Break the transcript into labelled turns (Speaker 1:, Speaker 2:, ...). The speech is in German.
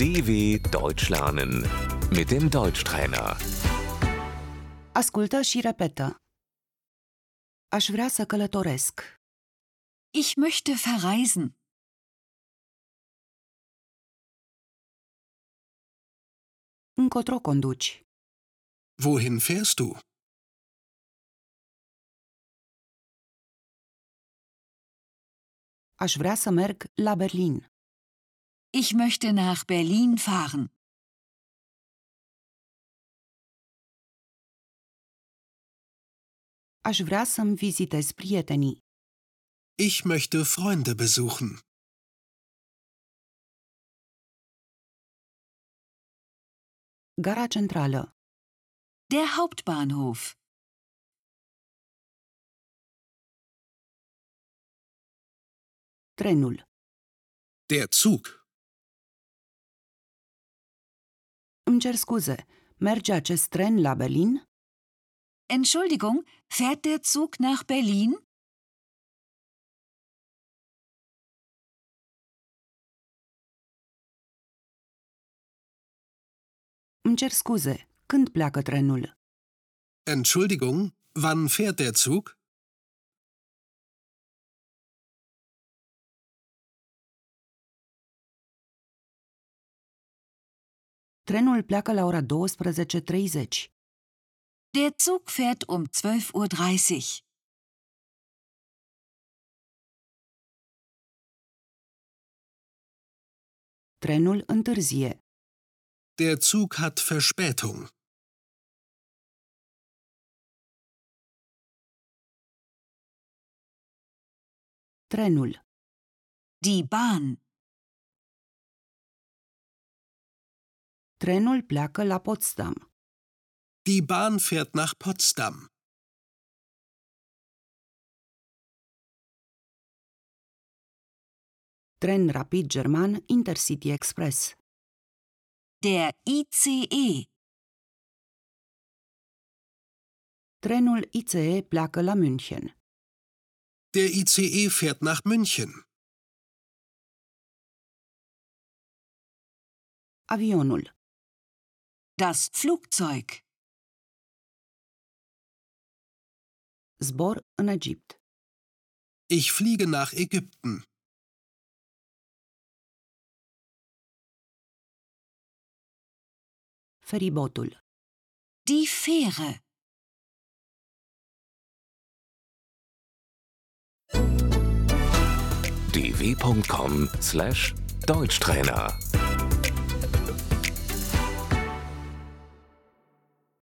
Speaker 1: DW Deutsch lernen mit dem Deutschtrainer.
Speaker 2: Ascultă și repetă. Aș vrea să călătoresc.
Speaker 3: Ich möchte verreisen.
Speaker 2: Încotro conduci.
Speaker 4: Wohin fährst du?
Speaker 2: Aș vrea să merg la Berlin.
Speaker 3: Ich möchte nach Berlin fahren.
Speaker 2: Aș vrea să-mi vizitez prietenii.
Speaker 4: Ich möchte Freunde besuchen.
Speaker 2: Gara centrală.
Speaker 3: Der Hauptbahnhof.
Speaker 2: Trenul.
Speaker 4: Der Zug.
Speaker 2: Îmi cer scuze. Merge acest tren la Berlin?
Speaker 3: Entschuldigung, fährt der Zug nach Berlin?
Speaker 2: Îmi cer scuze. Când pleacă trenul?
Speaker 4: Entschuldigung, wann fährt der Zug?
Speaker 2: Trenul pleacă la ora 12.30.
Speaker 3: Der Zug fährt um 12.30 Uhr.
Speaker 2: Trenul întârzie.
Speaker 4: Der Zug hat Verspätung.
Speaker 2: Trenul.
Speaker 3: Die Bahn.
Speaker 2: Trenul pleacă la Potsdam.
Speaker 4: Die Bahn fährt nach Potsdam.
Speaker 2: Tren rapid german Intercity Express.
Speaker 3: Der E. ICE.
Speaker 2: Trenul ICE pleacă la München.
Speaker 4: Der ICE fährt nach München.
Speaker 2: Avionul.
Speaker 3: Das Flugzeug.
Speaker 2: Zbor în Egipt.
Speaker 4: Ich fliege nach Ägypten.
Speaker 2: Feribotul.
Speaker 3: Die Fähre.
Speaker 1: dw.com/deutschtrainer